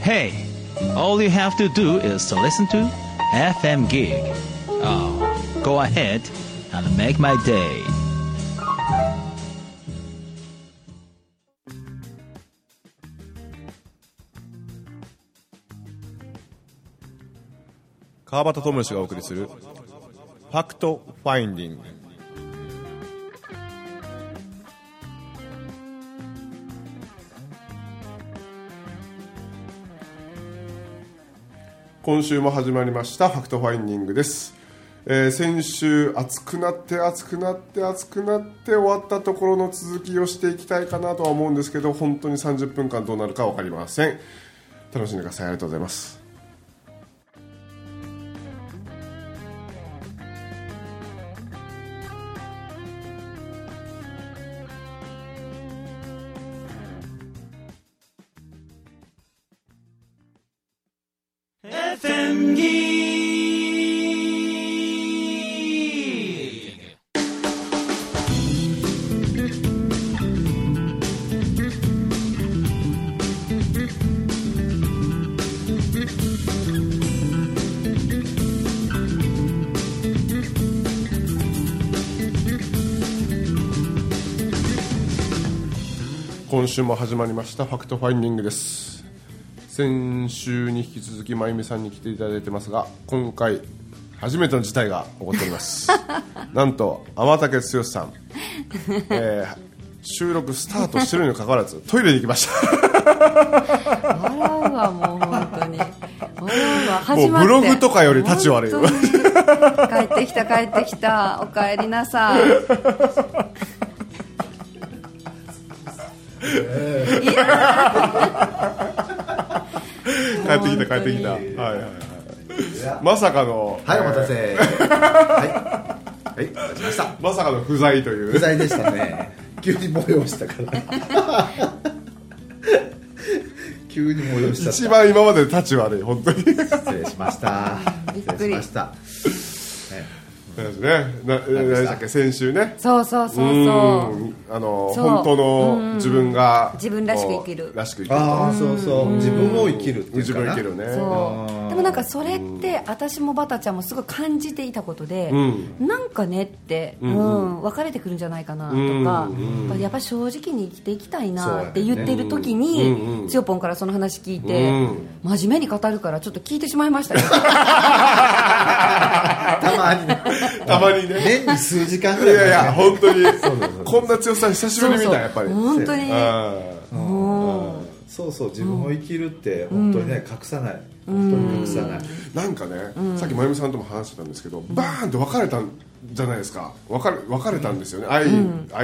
Hey, all you have to do is to listen to FM Gig. Oh, go ahead and make my day. 川端智之がお送りする「ファクトファインディング」今週も始まりました「ファクトファインディング」です、えー先週暑くなって暑くなって暑くなって終わったところの続きをしていきたいかなとは思うんですけど本当に30分間どうなるか分かりません楽しんでくださいありがとうございます今週も始まりました「ファクトファインディング」です先週に引き続きまゆみさんに来ていただいてますが今回初めての事態が起こっております なんと天竹剛さん、えー収録スタートしてるにもかかわらずトイレに行きました笑うわもう本当に笑うわも始うまっブてログとかより立ち悪い本当に帰ってきた帰ってきたおかえりなさい、いや帰 ってきた帰ってきた、はいはいはい、まさかの、はい、お待たせ。はい。はい、お待たせしました。まさかの不在という不在でしたね。急に催したから。急に催しち一ゃっ番今までで立ち悪い本当に そうた。失礼しました。びっく失礼しりました。ですねな何でしたっけ先週ねそうそうそううそんあのそう本当の自分が自分らしく生きるこうらしく生きるああ、そうそう。自分を生きるっていう自か分をな。生きるねうそうでもなんかそれって私もバタちゃんもすごい感じていたことで、んなんかねって、うん別れてくるんじゃないかなとか、やっぱ正直に生きていきたいなって言ってる時に、つよぽんからその話聞いて、真面目に語るからちょっと聞いてしまいましたけどたまにね。たまにね年に数時間ぐいらいやいだやね。本当にそうそうこんな強さ久しぶり見たやっぱりうん本当にそうそう、自分を生きるって本当にね、隠さない。本当に隠さない。なんかねさっきまゆみさんとも話してたんですけどバーンって別れたんじゃないですか別れ別れたんですよね愛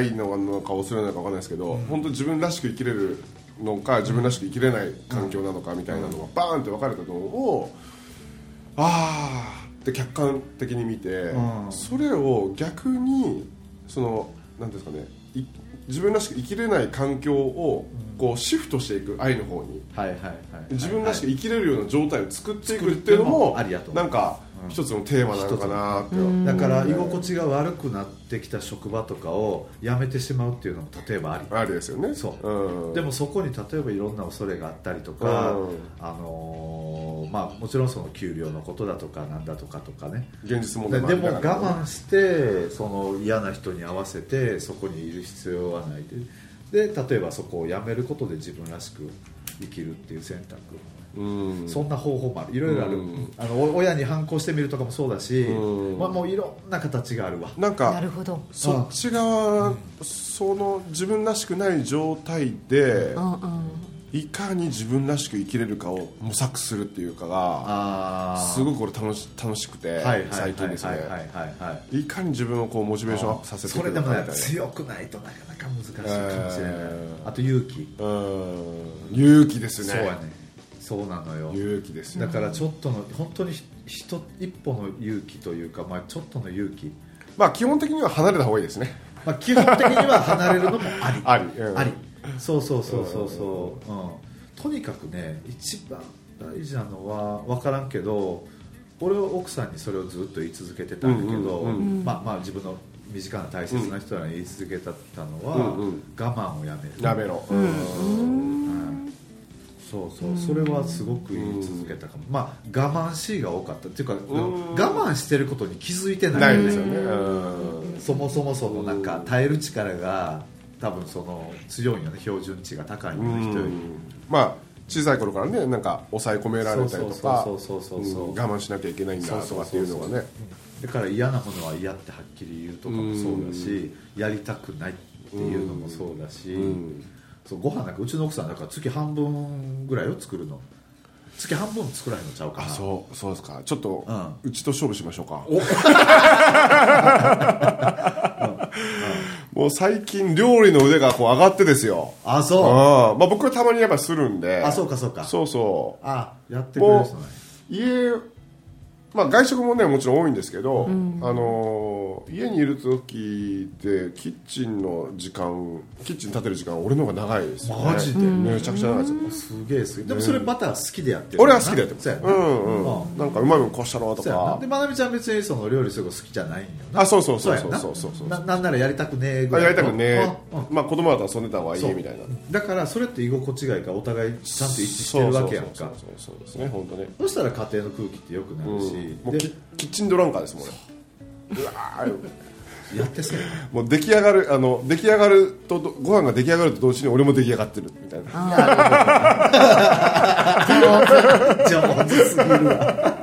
愛のなのか恐れなのかわかんないですけど本当自分らしく生きれるのか自分らしく生きれない環境なのかみたいなのがバーンって別れたのをああって客観的に見て、うんそれを逆にそのなんていうんですかねい自分らしく生きれない環境をこうシフトしていく愛の方にはいはいはい。自分らしくはい生きれるような状態を作っていくっていうのも作っていくのもありだとなんか一つのテーマなのかなってだから居心地が悪くなってきた職場とかを辞めてしまうっていうのも例えばありあれですよねそう、んでもそこに例えばいろんな恐れがあったりとか、うんあのーまあ、もちろんその給料のことだとかなんだとかとかね現実問で題でありもながら我慢してその嫌な人に合わせてそこにいる必要はないでで例えばそこを辞めることで自分らしく生きるっていう選択、うんそんな方法もあるいろいろある、うんあのお親に反抗してみるとかもそうだし、うんまあ、もういろんな形があるわなんかなるほどそっち側、その自分らしくない状態で、うんうんいかに自分らしく生きれるかを模索するっていうかがあーすごくこれ楽し楽しくて、はいはい最近ですね、はいはいはいはいいかに自分をこうモチベーションアップさせてそくれれでるもかみたいねな強くないとなかなか難しいかもしれない、えあと勇気うん勇気ですねそうやねそうなのよ勇気ですだねからちょっとの本当にひひと一歩の勇気というか、まあ、ちょっとの勇気、まあ基本的には離れた方がいいですねまあ、基本的には離れるのもありありうんありそうそうそうそうそう、うん、とにかくね一番大事なのは分からんけど俺は奥さんにそれをずっと言い続けてたんだけど、うんうんうまあ、まあ自分の身近な大切な人に言い続けたのは、うんうん我慢をやめるやめろうんうんそうそうそれはすごく言い続けたかも、まあ我慢しいが多かったっていうか、我慢してることに気づいてなないいですよねうんそもそもそのなんか耐える力が多分その強いんよね標準値が高いよね人よりまあ小さい頃からねなんか抑え込められたりとかそうそうそうそうそうそううん我慢しなきゃいけないんだとかっていうのがねだから嫌なものは嫌ってはっきり言うとかもそうだしやりたくないっていうのもそうだしそうご飯なんかうちの奥さんだから月半分ぐらいを作るの月半分作らへんのちゃうかあなそうそうですかちょっとうんうちと勝負しましょうかもう最近料理の腕がこう上がってですよああそうあまあ僕はたまにやっぱするんであそうかそうかそうそあやってうくれるも人ないう家まあ外食もねもちろん多いんですけど、あのー家にいる時ってキッチンの時間キッチン立てる時間俺の方が長いですよ、ね、マジでめちゃくちゃ長いですよ、すげえすげえでもそれバター好きでやってる俺は好きだよでもそうやうなんうん、なんかうまいもんこうしたろとそうやなかでまなみちゃん別にその料理するの好きじゃないんよなあそうそうそうそうやなそうそうそうななんならやりたくねえぐあらいやりたくねえあうんまあ子供だと遊んでた方がいいみたいなだからそれって居心地がいいからお互いちゃんと一致してるわけやんそうかそうそうそうですね本当ねそしたら家庭の空気って良くなるし、もうでキキッチンドランカーですもん俺うわーやってそうやもう出来上がるあの出来上がるとどご飯が出来上がると同時に俺も出来上がってるみたいなな上手すぎるわ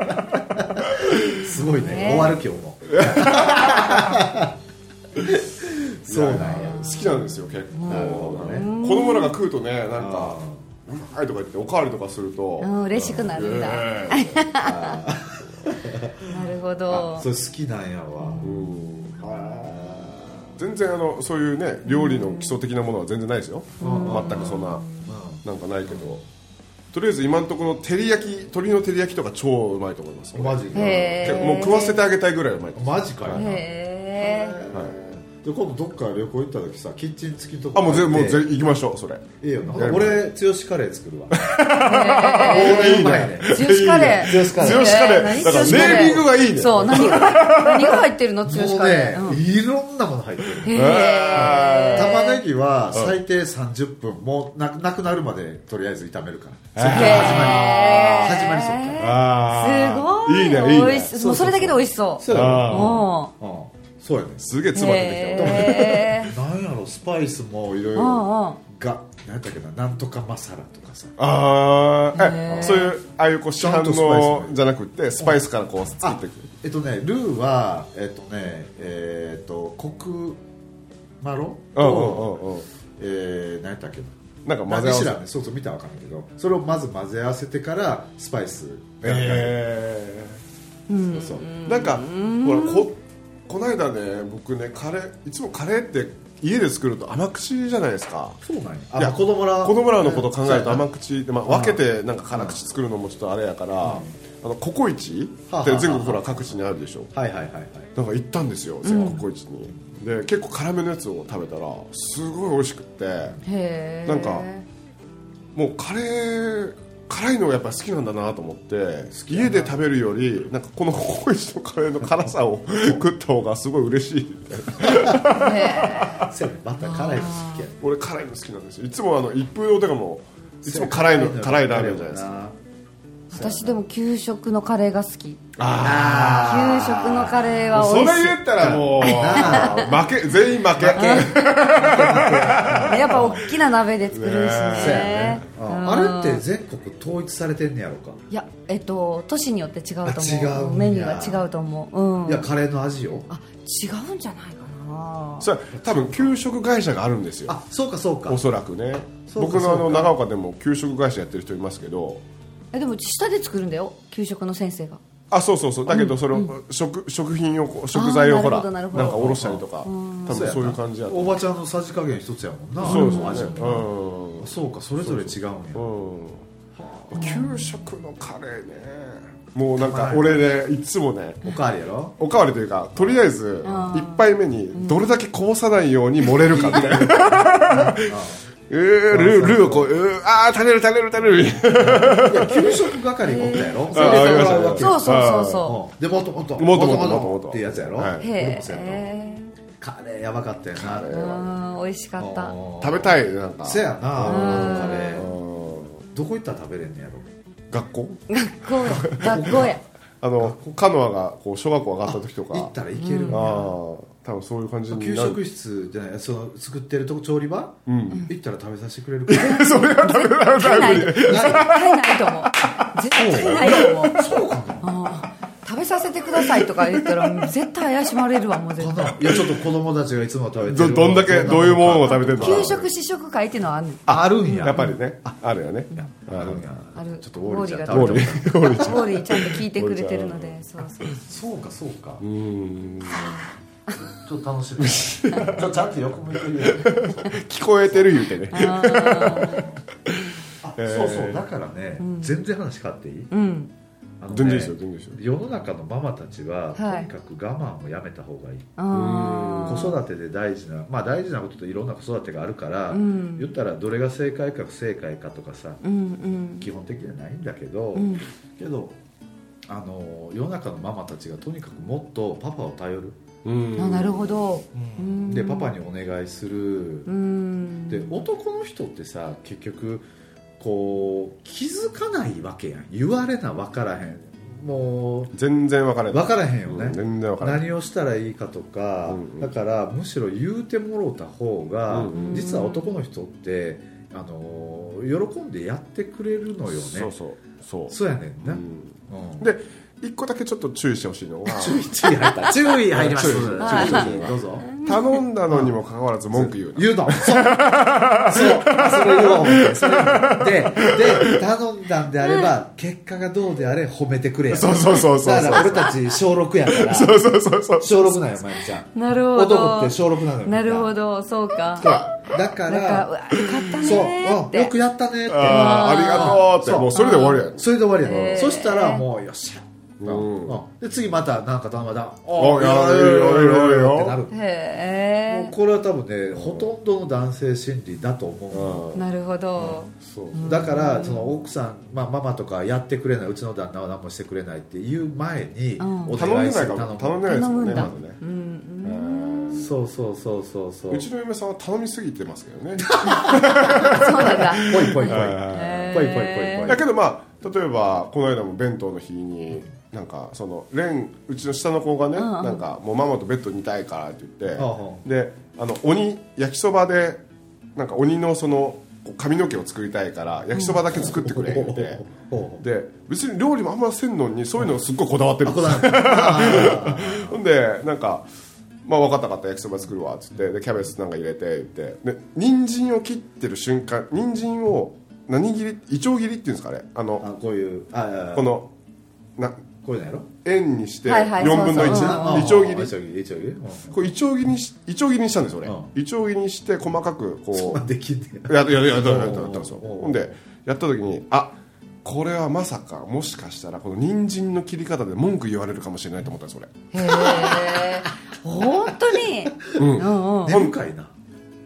すごいねね終わる今 日もそうなんや好きなんですよ結構、なるほど子ね供らが食うとねなんかあうまいとか言っておかわりとかすると、うん嬉しくなるんだ、え なるほあどそれ好きなんやわえうん全然あのそういうね料理の基礎的なものは全然ないですよ全くそんななんかないけどとりあえず今のところ照り焼き鶏の照り焼きとか超うまいと思いますマジかへえもう食わせてあげたいぐらいうまいですマジかよなへでえ今度どっか旅行行った時さキッチン付きのとこあもうぜ借もりうてぜ行きましょうそれいいよなやる俺強しカレー作るわへえ俺うまいね強しカレー強しカレー強しカレーえ何だから強しカネーミングがいいねそう何が何が入ってるの強もしうカレねー、うんいろんなもの入ってるえへえ玉ねぎは最低30分、もうななくなるまでとりあえず炒めるから、そっから始まり始まりそうかあすごいいいねいい美味ねしもうそれだけで美味しそうそうやろおうんそうやねすげえーつば出てきへえなんやろスパイスもいろいうんうんろがなんやったっけななんとかマサラとかさたああえそういうああいうこう市販ちゃんとスパイスものじゃなくてスパイスからこう作っていくえっとねルーはえっとねえっとコクマロうんうと、んうんうんえー、何やったっけななんか混ぜ合わ何しせらねそうそう見たらわかんないけどそれをまず混ぜ合わせてからスパイスえそうそうーなんかほらここの間ね僕ねカレーいつもカレーって家で作ると甘口じゃないですかそうなんやいやあ子供ら子供らのこと考えるとそうやな甘口で、まあ、分けてなんか辛口作るのもちょっとあれやから、あのココイチっはあはてあ全国ほら各地にあるでしょはいはいはいはいなんか行ったんですよ全国ココイチに、で結構辛めのやつを食べたらすごい美味しくってへえなんかもうカレー辛いのがやっぱり好きなんだなと思って家で食べるよりなんかこの ココイチのカレーの辛さを 食った方がすごい嬉しいそうやねバター辛いの好きやね俺辛いの好きなんですよいつもあの一風堂とかもいつも辛いの辛いラーメンじゃないですかか私でも給食のカレーが好き給あ食のカレーはそ美れ味しい言ったらもう負け全員負けやっぱ大きな鍋で作るしねそうやね、うんあれって全国統一されてんねやろか、いやえっと都市によって違うとあ違うん思やうメニューが違うと思ううんいやカレーの味よあ違うんじゃないかなそれ多分給食会社があるんですよあそうかそうかおそらくねそうか僕のあそのうか長岡でも給食会社やってる人いますけどえでも下で作るんだよ給食の先生があそうそうそうだけどそれを、食食品をこう食材をほらななるほどなるんほどかおろしたりとか多分やなそういう感じやったおばちゃんのさじ加減一つやもんなそうですあの味よもねなそうかそれぞれ違うんやうん、うん、給食のカレーねもうなんたかまらない俺ねいつもねおかわりやろおかわりというかとりあえず1杯目にどれだけこぼさないように盛れるかみたいな うールールーをこううーああ食べる食べる食べるいや給食係がおった やろ、あありましたねもらうわけそうそうそううそんでもっともっともっともっともっもっとってやつやろ、はいへ俺もそうやったえカレーやばかったよなうん美味しかったうん食べたいなんかせやなあのカレーどこ行ったら食べれんねやろ学校学校や学校やあのカノアがこう小学校上がった時とか行ったらいけるんああや多分そういう感じにな給る食室じゃないその作ってるとこ調理場、ん行ったら食べさせてくれるからそれはダメだ絶対ない絶対ないと思う絶対ないと思うそうかなうん食べさせてくださいとか言ったら絶対怪しまれるわもう絶対 いやちょっと子供たちがいつも食べてるどどんだ けどういうものを食べてるのか給食試食会っていうのはあんねんあるんややっぱりねあるよねあるあるちょっとオーリーじゃオ食オべーたリことないーオーリーちゃんオーリーちゃんと聞いてくれてるのでそうそうそうかそうかうんちょっと楽し みちょちゃんと横向いてるよ聞こえてる言うてねあそうそうだからね、全然話変わっていい、うんあのね全然いいですよ全然いいですよ世の中のママたちはいは、とにかく我慢をやめた方がいいあ子育てで大事なまあ大事なことといろんな子育てがあるから、ん言ったらどれが正解か不正解かとかさーうん基本的じゃないんだけど、うんうんけどあの世の中のママたちがとにかくもっとパパを頼る、あなるほどんでパパにお願いする、うんで男の人ってさ結局こう気づかないわけやん言われな分からへんも全然分からうない分からへんよね、うん全然分からない何をしたらいいかとか、うんうんだからむしろ言うてもろうた方が、うんうん実は男の人ってあの喜んでやってくれるのよねそうそうそうそうやねんな、うんうんで一個だけちょっと注意してほしいのは注意注意入った 注意入ります注意注意注意どうぞ頼んだのにもかかわらず文句言うな言うのそうそうそれ言おう思ってそれ でで頼んだんであれば結果がどうであれ褒めてくれやそうそうそうそうだから俺たち小6やからそうそうそうそう小6なんよまゆみちゃんなるほど男って小6なのよなるほどどそうかだなんかうわからよかったそうねーっうんよくてやったねってあーありがとうってそうもうそれで終わりやんそれで終わりやへーねそしたらもうよっしゃうんうんで次またなんか頼まれたおやるよやるよやるよってなるもへうこれは多分ねほとんどの男性心理だと思うのえなるほどそうだからその奥さん、まあ、ママとかやってくれないうちの旦那は何もしてくれないっていう前にんお頼ん願いですないるかも頼んむでないですもんね頼まむずねうんそうそうそうそうそううちの嫁さんは頼みすぎてますけどねそうなんだぽいぽいぽいへーぽいぽいぽいぽいだ けどまあ例えばこの間も弁当の日になんかそのレンうちの下の子がねんうんなんかもうママとベッドにたいからって言ってあはであの鬼焼きそばでなんか鬼のそのこう髪の毛を作りたいから焼きそばだけ作ってくれって おうおうおうで別に料理もあんませんのにそういうのすっごいこだわってるんですよ ほんでなんか「まあ、分かった分かった焼きそば作るわ」っつってでキャベツなんか入れて言ってで人参を切ってる瞬間人参を何切りいちょう切りっていうんですかねああのこういうあこのなこういうのやろ円にしてはいはい4分のそうそうああ1いちょう切りいちょう切りいちょう切りうんこれいちょう切りしいちょう切りにしたんです俺うんいちょう切りにして細かくこできんねうやっやややったやったやったんですよおうおうおうほんでやった時にあこれはまさかもしかしたらこの人参の切り方で文句言われるかもしれないと思ったんです俺へえ本当にうんうん根深いな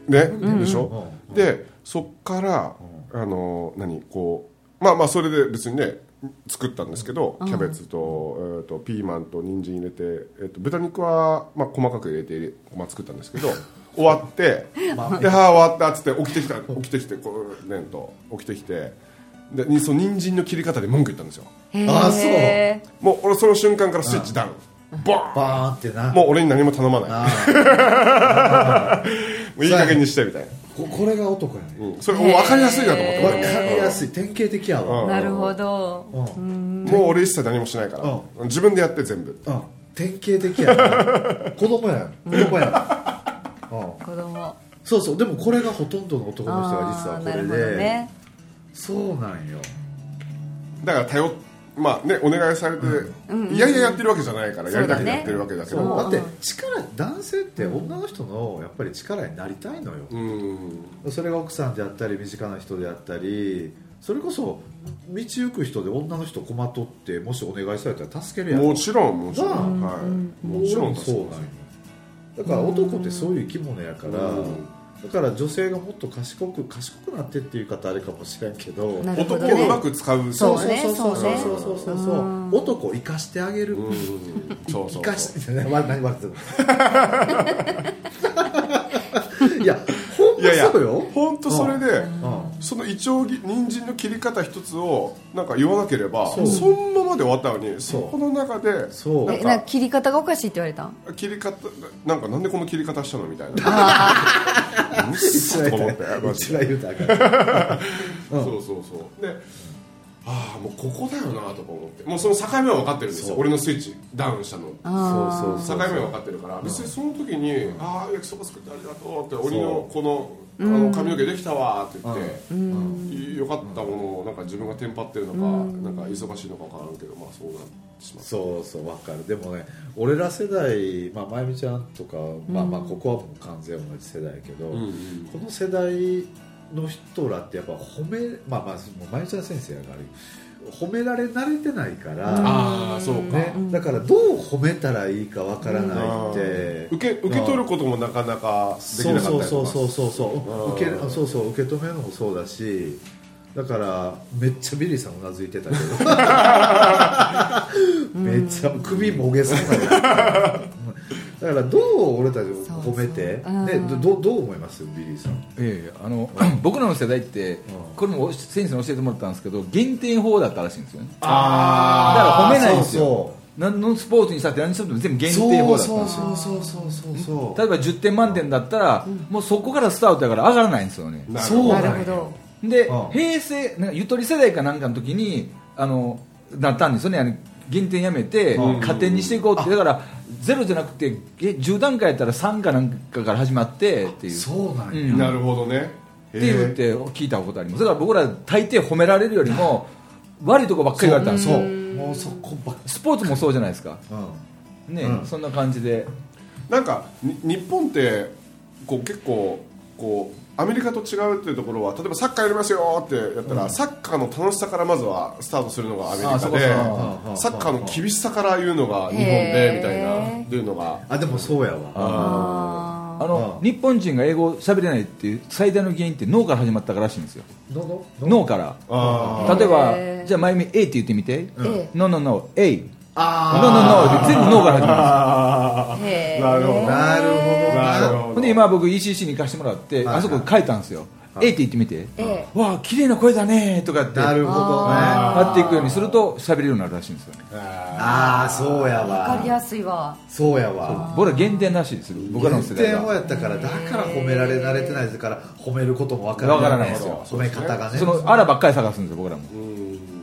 ね、でしょ、うでそっから、あの何こうまあまあそれで別にね作ったんですけどキャベツと,、えーとピーマンと人参入れて、えー、と豚肉は、まあ、細かく入れて、まあ、作ったんです けど終わって「ではあ終わった」っつって起きてきた起きてきてこうねんと起きてきてでにその人参の切り方で文句言ったんですよへーあそうもう俺その瞬間からスイッチダウン、ボーバーンってなンもう俺に何も頼まないもあー ういい加減にしてみたいな、ここれが男やねうん、それもう分かりやすいなと思ってわかりやすい典型的やわなるほどうんもう俺一切何もしないから、自分でやって全部うん典型的 やな子供やん子供やんうん子供そうそうでもこれがほとんどの男の人が実はあーこなれるほどで、ねそうなんよだから頼っまあねお願いされて、いやいややってるわけじゃないから、そやうりだたくねてやってるわけだけそどうもだって力男性って女の人のやっぱり力になりたいのよ、うんそれが奥さんであったり身近な人であったりそれこそ道行く人で女の人困っとってもしお願いされたら助けるやんもちろんもちろん、なあはい、ももちちろろんん助そうかなんよだから男ってそういう生き物やからうんだから女性がもっと賢く賢くなってっていう言い方あれかもしれんけどなるるほ男どをうねまく使うそうねそうそうそそうそううねそうそううそう男を生かしてあげるうんそうそ生うそうかしてねわ 何笑ってるいやほんいやいや まそうよ本当それで、うんそのイチョウぎ人参の切り方一つをなんか言わなければそのままで終わったのにそこの中でそうなえんなんかか切り方がおかしいって言われたん切り方なんかなんでこの切り方したのみたいな うっそと思 ってマジ一で番言うたらあかそうんそうそうでああもうここだよなとか思ってもうその境目は分かってるんですよそう俺のスイッチダウンしたのあそうそう境そう目は分かってるから別にその時に「ああ焼きそば作ってありがとう」って「鬼のこのあの髪の毛できたわ」って言って、よかったものをなんか自分がテンパってるのか、なんか忙しいのか分からんけどまあそうなってしまったそうそうわかるでもね俺ら世代、まあ、まゆみちゃんとか、まあまあここはもう完全同じ世代やけど、うんこの世代の人らってやっぱ褒めまあまあもうまゆみちゃん先生やから褒められ慣れてないから、ああそうか、ね、だからどう褒めたらいいかわからないって、受け受け取ることもなかなかできなかったりとかそうそうそうそううんそう受けるそうそう受け止めるのもそうだしだからめっちゃビリーさんうなずいてたけどめっちゃ首もげそうだなだからどう俺たちを褒めてそうそうねうんどどう思いますビリーさんええあの 僕らの世代ってこれも先生に教えてもらったんですけど減点法だったらしいんですよねだから褒めないんですよ何のスポーツにしたって何にしても全部減そうそう点法だったんそうですよそうそうそうそうそう例えば10点満点だったらもうそこからスタートだから上がらないんですよねなるほどそうななんるやほどでうん平成なんかゆとり世代かなんかの時にあのなったんですよねあの減点やめて加点にしていこうってだからゼロじゃなくてえ10段階やったら3かなんかから始まってっていうそうなんや、うんなるほどねっていうって聞いたことありますだから僕ら大抵褒められるよりも悪いとこばっかり言われたんですそうよもうそこばっかスポーツもそうじゃないですかね、うんそんな感じでなんかに日本ってこう結構こうアメリカと違うっていうところは例えばサッカーやりますよってやったら、サッカーの楽しさからまずはスタートするのがアメリカあそうかでそうかサッカーの厳しさから言うのが日本でみたいなへーっていうのがあでもそうやわああのうん日本人が英語喋れないっていう最大の原因って脳から始まったからしいんですよのの脳からあ例へえばーじゃあまゆみ A って言ってみてーえ No no no A No あ no no で全部脳から始まるあんですよえへえなるほどあなるほどななるほほどんで今僕 ECC に行かしてもらって、はいあそこ書いたんですよ、A って言ってみて、えわあ綺麗な声だねとかってなるほどねなっていくようにすると喋れるようになるらしいんですよああそうやわかりわやすいわそうやわ僕ら原点らしいですよ僕らの世代減点をはやったからだから褒められ慣れてないですから褒めることもわからわからないですよ褒め方がねそのあらばっかり探すんですよ僕らも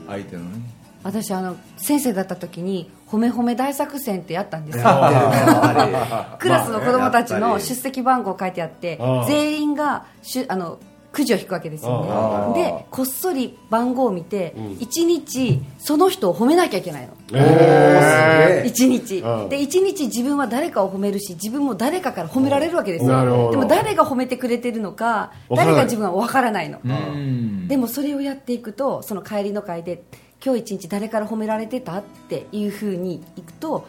相手のね私あの先生だった時に「褒め褒め大作戦」ってやったんですよやってるねやっぱりクラスの子供たちまあのね出席番号書いてあってああ全員がしゅあのくじを引くわけですあよねでこっそり番号を見て1日その人を褒めなきゃいけないの1日うんで1日自分は誰かを褒めるし自分も誰かから褒められるわけですよなるほどでも誰が褒めてくれてるのかわからない誰が自分は分からないのうんでもそれをやっていくとその帰りの会で今日一日誰から褒められてたっていうふうにいくと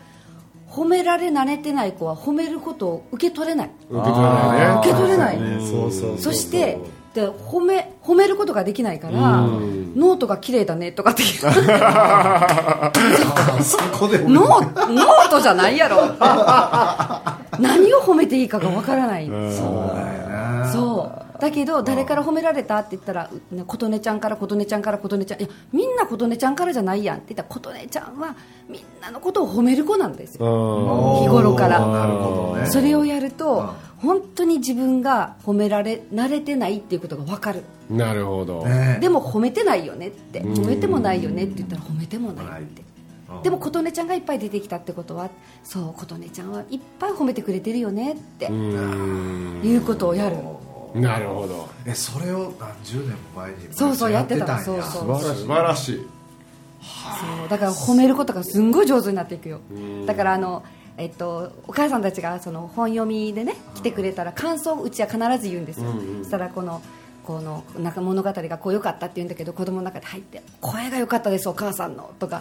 褒められ慣れてない子は褒めることを受け取れない受け取れないね受け取れないそうそうそしてで褒め褒めることができないからノートが綺麗だねとかって言うそこでノーノートじゃないやろ って何を褒めていいかがわからないそうだけど誰から褒められたって言ったらうね琴音ちゃんから琴音ちゃんから琴音ちゃんいやみんな琴音ちゃんからじゃないやんって言ったら琴音ちゃんはみんなのことを褒める子なんですよ日頃からなるほどねそれをやると本当に自分が褒められ慣れてないっていうことが分かるなるほどねでも褒めてないよねって褒めてもないよねって言ったら褒めてもないってでも琴音ちゃんがいっぱい出てきたってことはそう琴音ちゃんはいっぱい褒めてくれてるよねっていうことをやるなるほどえそれを何十年も前にそうそうやってたのんやそうそう素晴らしいそうだから褒めることがすんごい上手になっていくよだからあの、えっと、お母さんたちがその本読みでね来てくれたら感想をうちは必ず言うんですよ、そしたらこのこのなんか物語がこう良かったって言うんだけど子供の中で入って声が良かったですお母さんのとか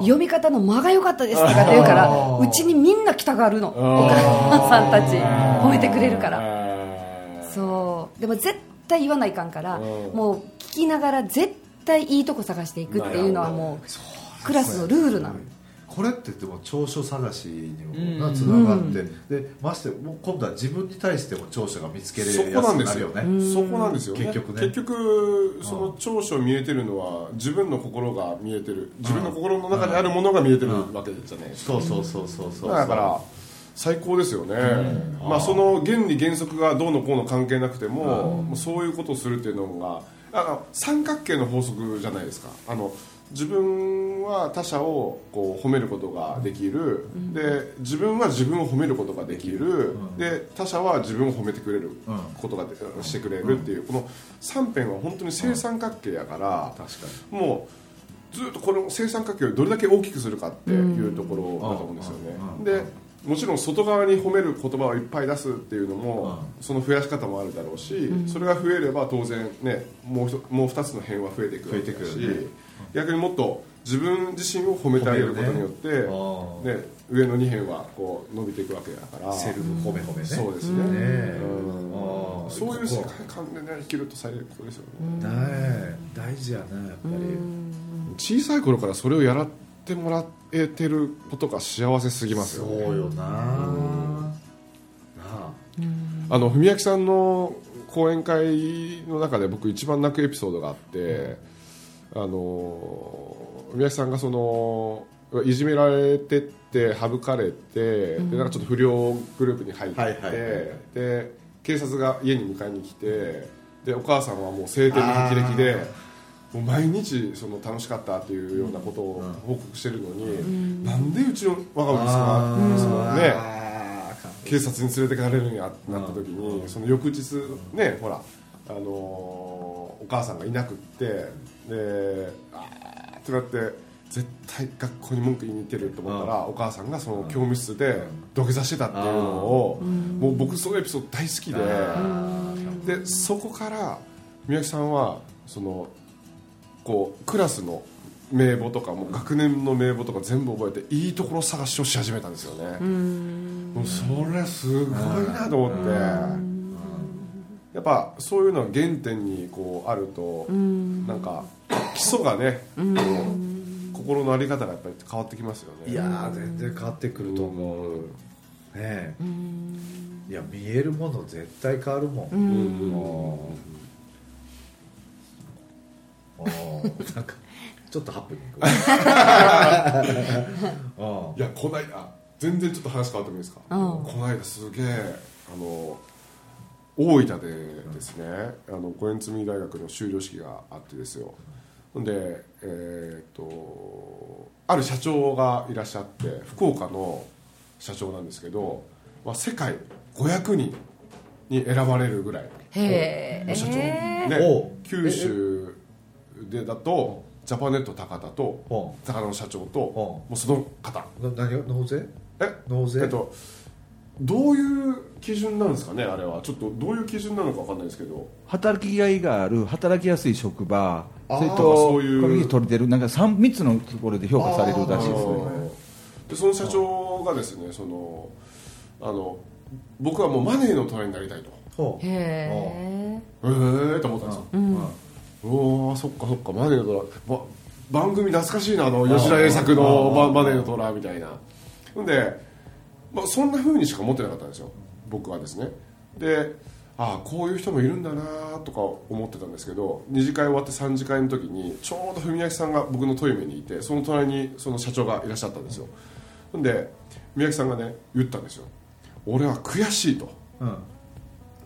読み方の間が良かったですとかって言うからうちにみんな来たがるのお母さんたち褒めてくれるからそうでも絶対言わないかんからもう聞きながら絶対いいとこ探していくっていうのはもうクラスのルールなの子これってでも長所探しにもなつながって、でましてもう今度は自分に対しても長所が見つけれるそこやつなんにでなするよよねそこなんですよね結局ね結局その長所見えてるのは自分の心が見えてる自分の心の中にあるものが見えてるわけじゃないですかそうそうそうそうそうだから最高ですよね、まあ、その原理原則がどうのこうの関係なくても、もうそういうことをするっていうのがあの三角形の法則じゃないですかあの自分は他者をこう褒めることができる、で自分は自分を褒めることができる、で他者は自分を褒めてくれることがで、してくれるっていう、この3辺は本当に正三角形やから、確かにもうずっとこの正三角形をどれだけ大きくするかっていうところだと思うんですよね、でもちろん外側に褒める言葉をいっぱい出すっていうのも、その増やし方もあるだろうし、それが増えれば当然ねもうひともう2つの辺は増えていくわけだし増えてくよね逆にもっと自分自身を褒めてあげることによって、褒めね上の2辺はこう伸びていくわけだからセルフ褒め褒めねそうですね、ねえうんああそういう世界観でね生きると最高ですよね、ねえ大事やなやっぱり小さい頃からそれをやらってもらえてることが幸せすぎますよ、そうね、よななああの文明さんの講演会の中で僕一番泣くエピソードがあって、あの文明さんがそのいじめられてって省かれて、でなんかちょっと不良グループに入って、はいはいはいはいで警察が家に迎えに来てでお母さんはもう晴天の霹靂でもう毎日その楽しかったっていうようなことを報告してるのに、なんでうちの我が子ですかってそのねああ警察に連れてかれるんやってなった時に、その翌日ねほら、あのーお母さんがいなくってであーってなって絶対学校に文句言いに行ってると思ったら、お母さんがその教務室で土下座してたっていうのを、もう僕そういうエピソード大好きで。でそこから宮城さんはそのこうクラスの名簿とかも学年の名簿とか全部覚えていいところ探しをし始めたんですよねもうそれすごいなと思ってやっぱそういうのは原点にこうあるとなんか基礎がね心の在り方がやっぱり変わってきますよねいやー全然変わってくると思う、ねえいや見えるもの絶対変わるもん、あーあーなんかちょっとハプニングあいやこないだ全然ちょっと話変わってもいいですか、うんこないだすげえあの大分でですね、あの五円積み大学の修了式があってですよほんでえーっとある社長がいらっしゃって福岡の社長なんですけど、まあ、世界500人に選ばれるぐらいへ社長、えおね、九州でだとジャパネット高田とう高田の社長とんもうその方あな何が納税え納税えっと、どういう基準なんですかねあれはちょっとどういう基準なのかわかんないですけど働きがいがある働きやすい職場ーそれとそうコいミうュニティ取れてるなんか 3, つのところで評価されるらしいですよねでその社長がですねそのあの僕はもうマネーの虎になりたいとほうへえええー、と思ったんですよ、うわーそっかそっかマネーの虎ば番組懐かしいなあの吉田栄作のまマネーの虎みたいなほんで、まあ、そんな風にしか思ってなかったんですよ僕はですねでああこういう人もいるんだなとか思ってたんですけど二次会終わって三次会の時にちょうど文明さんが僕のトイレにいてその隣にその社長がいらっしゃったんですよほんで文明さんがね言ったんですよ俺は悔しいとうん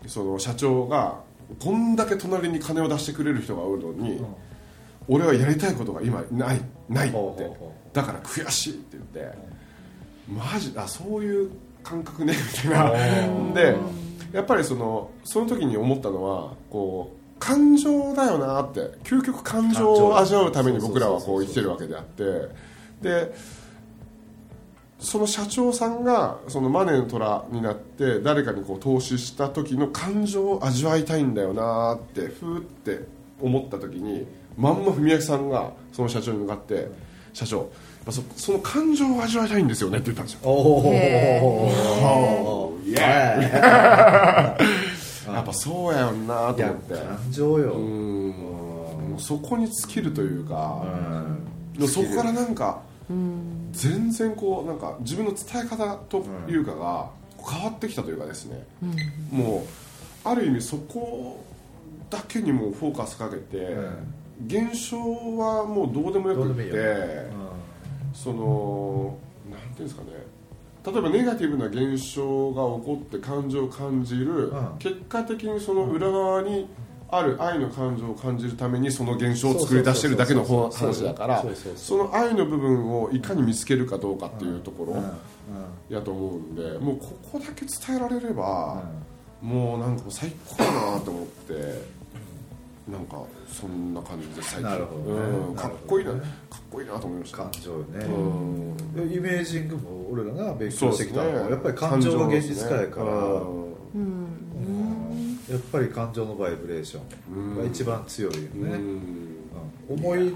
その社長がこんだけ隣に金を出してくれる人がおるのに、俺はやりたいことが今ないないってほうほうほだから悔しいって言って、マジあそういう感覚ねみたいなでやっぱりそのその時に思ったのはこう感情だよなって究極感情を味わうために僕らはこう生きてるわけであってでその社長さんがそのマネーの虎になって誰かにこう投資した時の感情を味わいたいんだよなーってふーって思った時にまんま文明さんがその社長に向かって「社長やっぱそその感情を味わいたいんですよね」って言ったんですよおおへおいや やっぱそうやよなーと思って感情よ、うんもうそこに尽きるというかでもそこからなんか全然こうなんか自分の伝え方というかが変わってきたというかですね、もうある意味そこだけにもうフォーカスかけて、現象はもうどうでもよどうくでっもていいよそのなんていうんですかね例えばネガティブな現象が起こって感情を感じる、うん結果的にその裏側にある愛の感情を感じるためにその現象を作り出してるだけのそうそう話そうそうだからそうそうそうその愛の部分をいかに見つけるかどうかっていうとこうんうんろやと思うんでもうここだけ伝えられればもうなんかもう最高だなと思ってなんかそんな感じで最近なるほどねうん、かっこいいななかっるほどねこいいなと思いました感情よねうんイメージングも俺らが勉強してきたのはやっぱり感情が現実化やからうんやっぱり感情のバイブレーションが一番強いようねんうん思い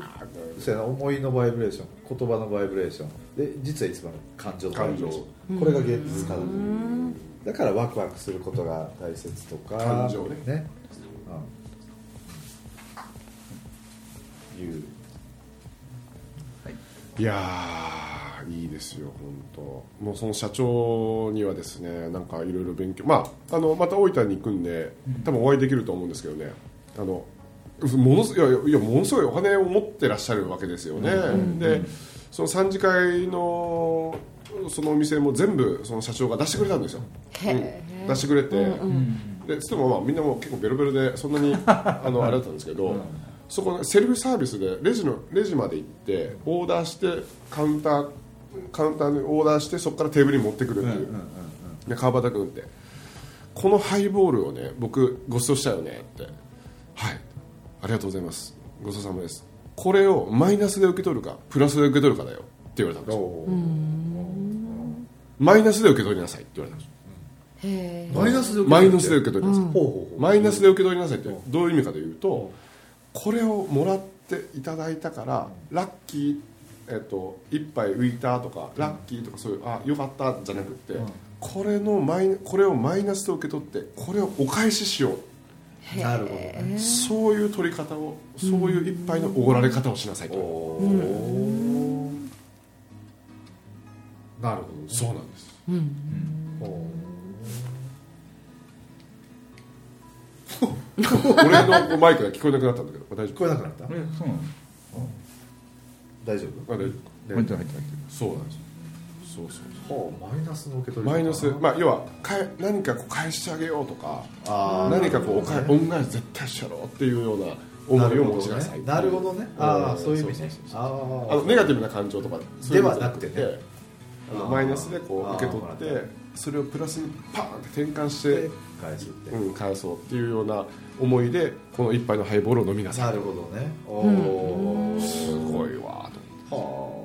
そうやな思いのバイブレーション言葉のバイブレーションで実は一番感情のバイブレーションこれが現実化だ,、だからワクワクすることが大切とか感情ねうん、いういやーいいですよ、本当もうその社長にはですねなんかいろいろ勉強、まあ、あのまた大分に行くんで多分お会いできると思うんですけどねあのものすいやいやいやものすごいお金を持ってらっしゃるわけですよね。でその三次会のそのお店も全部その社長が出してくれたんですよ、へえうん出してくれて、でつってもまあみんなもう結構ベロベロでそんなにあのあれだったんですけど、そこのセルフサービスでレジのレジまで行ってオーダーしてカウンターカウンターにオーダーしてそこからテーブルに持ってくるっていう,、で川端君ってこのハイボールをね僕ご馳走したよねってはいありがとうございますごちそうさまですこれをマイナスで受け取るかプラスで受け取るかだよって言われたんですよマイナスで受け取りなさいって言われたんですよへマイナスで受けマイ取るナスで受け取りなさい、ほうほうほうマイナスで受け取りなさいってどういう意味かというとこれをもらっていただいたからラッキー、えっと、1杯浮いたとかラッキーとかそういうあよかったじゃなくてこれのマイこれをマイナスと受け取ってこれをお返ししようなるほどねそういう取り方をそういう一杯のおごられ方をしなさいおとおなるほどそうなんです俺のマイクが聞こえなくなったんだけど大丈聞夫こえなくなったえそうなの大丈あ大丈夫入ってる入ってる入ってる夫そうなんですそうそうそうほうマイナスの受け取りマイナス、ままあ、要はかえ何かこう返してあげようとかあー何かこうおかえ恩返し絶対してやろうっていうような思いを持ちなさいなるほどねああそういう意味ねそああのネガティブな感情とかそういうのじゃではなくてねあのあーマイナスでこう受け取あーってそれをプラスにパーンって転換しでて、返すってうん、返そうっていうような思いでこの一杯のハイボールを飲みなさないるほどねおおすごいわーとはあ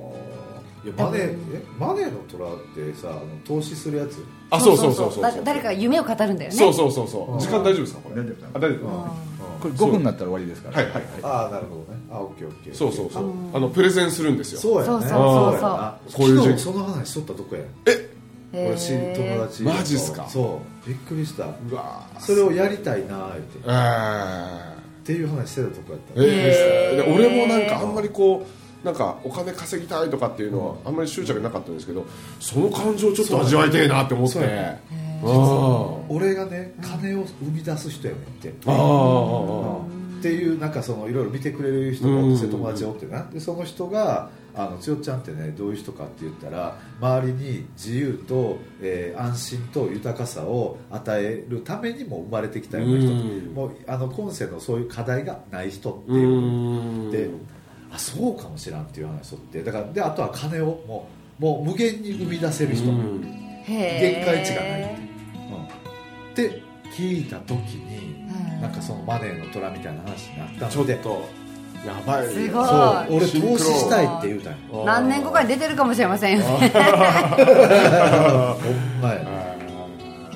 いやマネーえマネーの虎ってさあの投資するやつあそうそうそうそうだ誰かが夢を語るんだよねそうそうそうそう時間大丈夫ですかこれ大丈夫あ大丈夫これ5分になったら終わりですからはいはいはいああなるほどねあオッケーオッケーそうそうそうあのプレゼンするんですよそうやねそうそうそうそうあこういう時昨日その話しとったとこやへえ俺知る友達マジっすかそうびっくりしたうわーそれをやりたいなーってっえていう話してたとこやったーえーで俺もなんかあんまりこうなんかお金稼ぎたいとかっていうのはあんまり執着なかったんですけどその感情をちょっと味わいてえなって思ってそうやね俺がね金を生み出す人やねんってあーあーあーっていうなんかそのいろいろ見てくれる人がおって友達がおってなでその人があのつよちゃんってねどういう人かって言ったら周りに自由と、えー安心と豊かさを与えるためにも生まれてきたような人うんもうあの今世のそういう課題がない人ってういうーんであそうかもしらんっていう話をってだからであとは金をもうもう無限に生み出せる人、うんへ限え界値がないって、うん、って聞いた時に、うんなんかそのマネーの虎みたいな話になったのでちょっとやばいすあごいそう俺シンクロ投資したいって言うたんよー何年後かに出てるかもしれませんよねあほんまや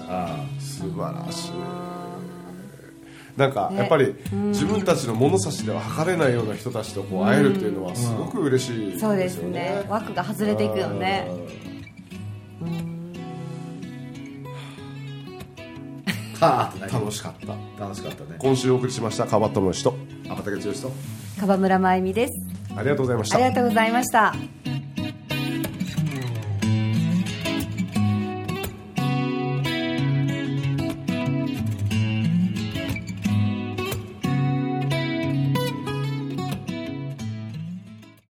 あー素晴らしいなんかやっぱり自分たちの物差しでは測れないような人たちとこう会えるっていうのはすごく嬉しいですよそうですね枠が外れていくよねあはあってなり楽しかった楽しかったね今週お送りしました川端智之と天竹剛と川村真由美ですありがとうございましたありがとうございました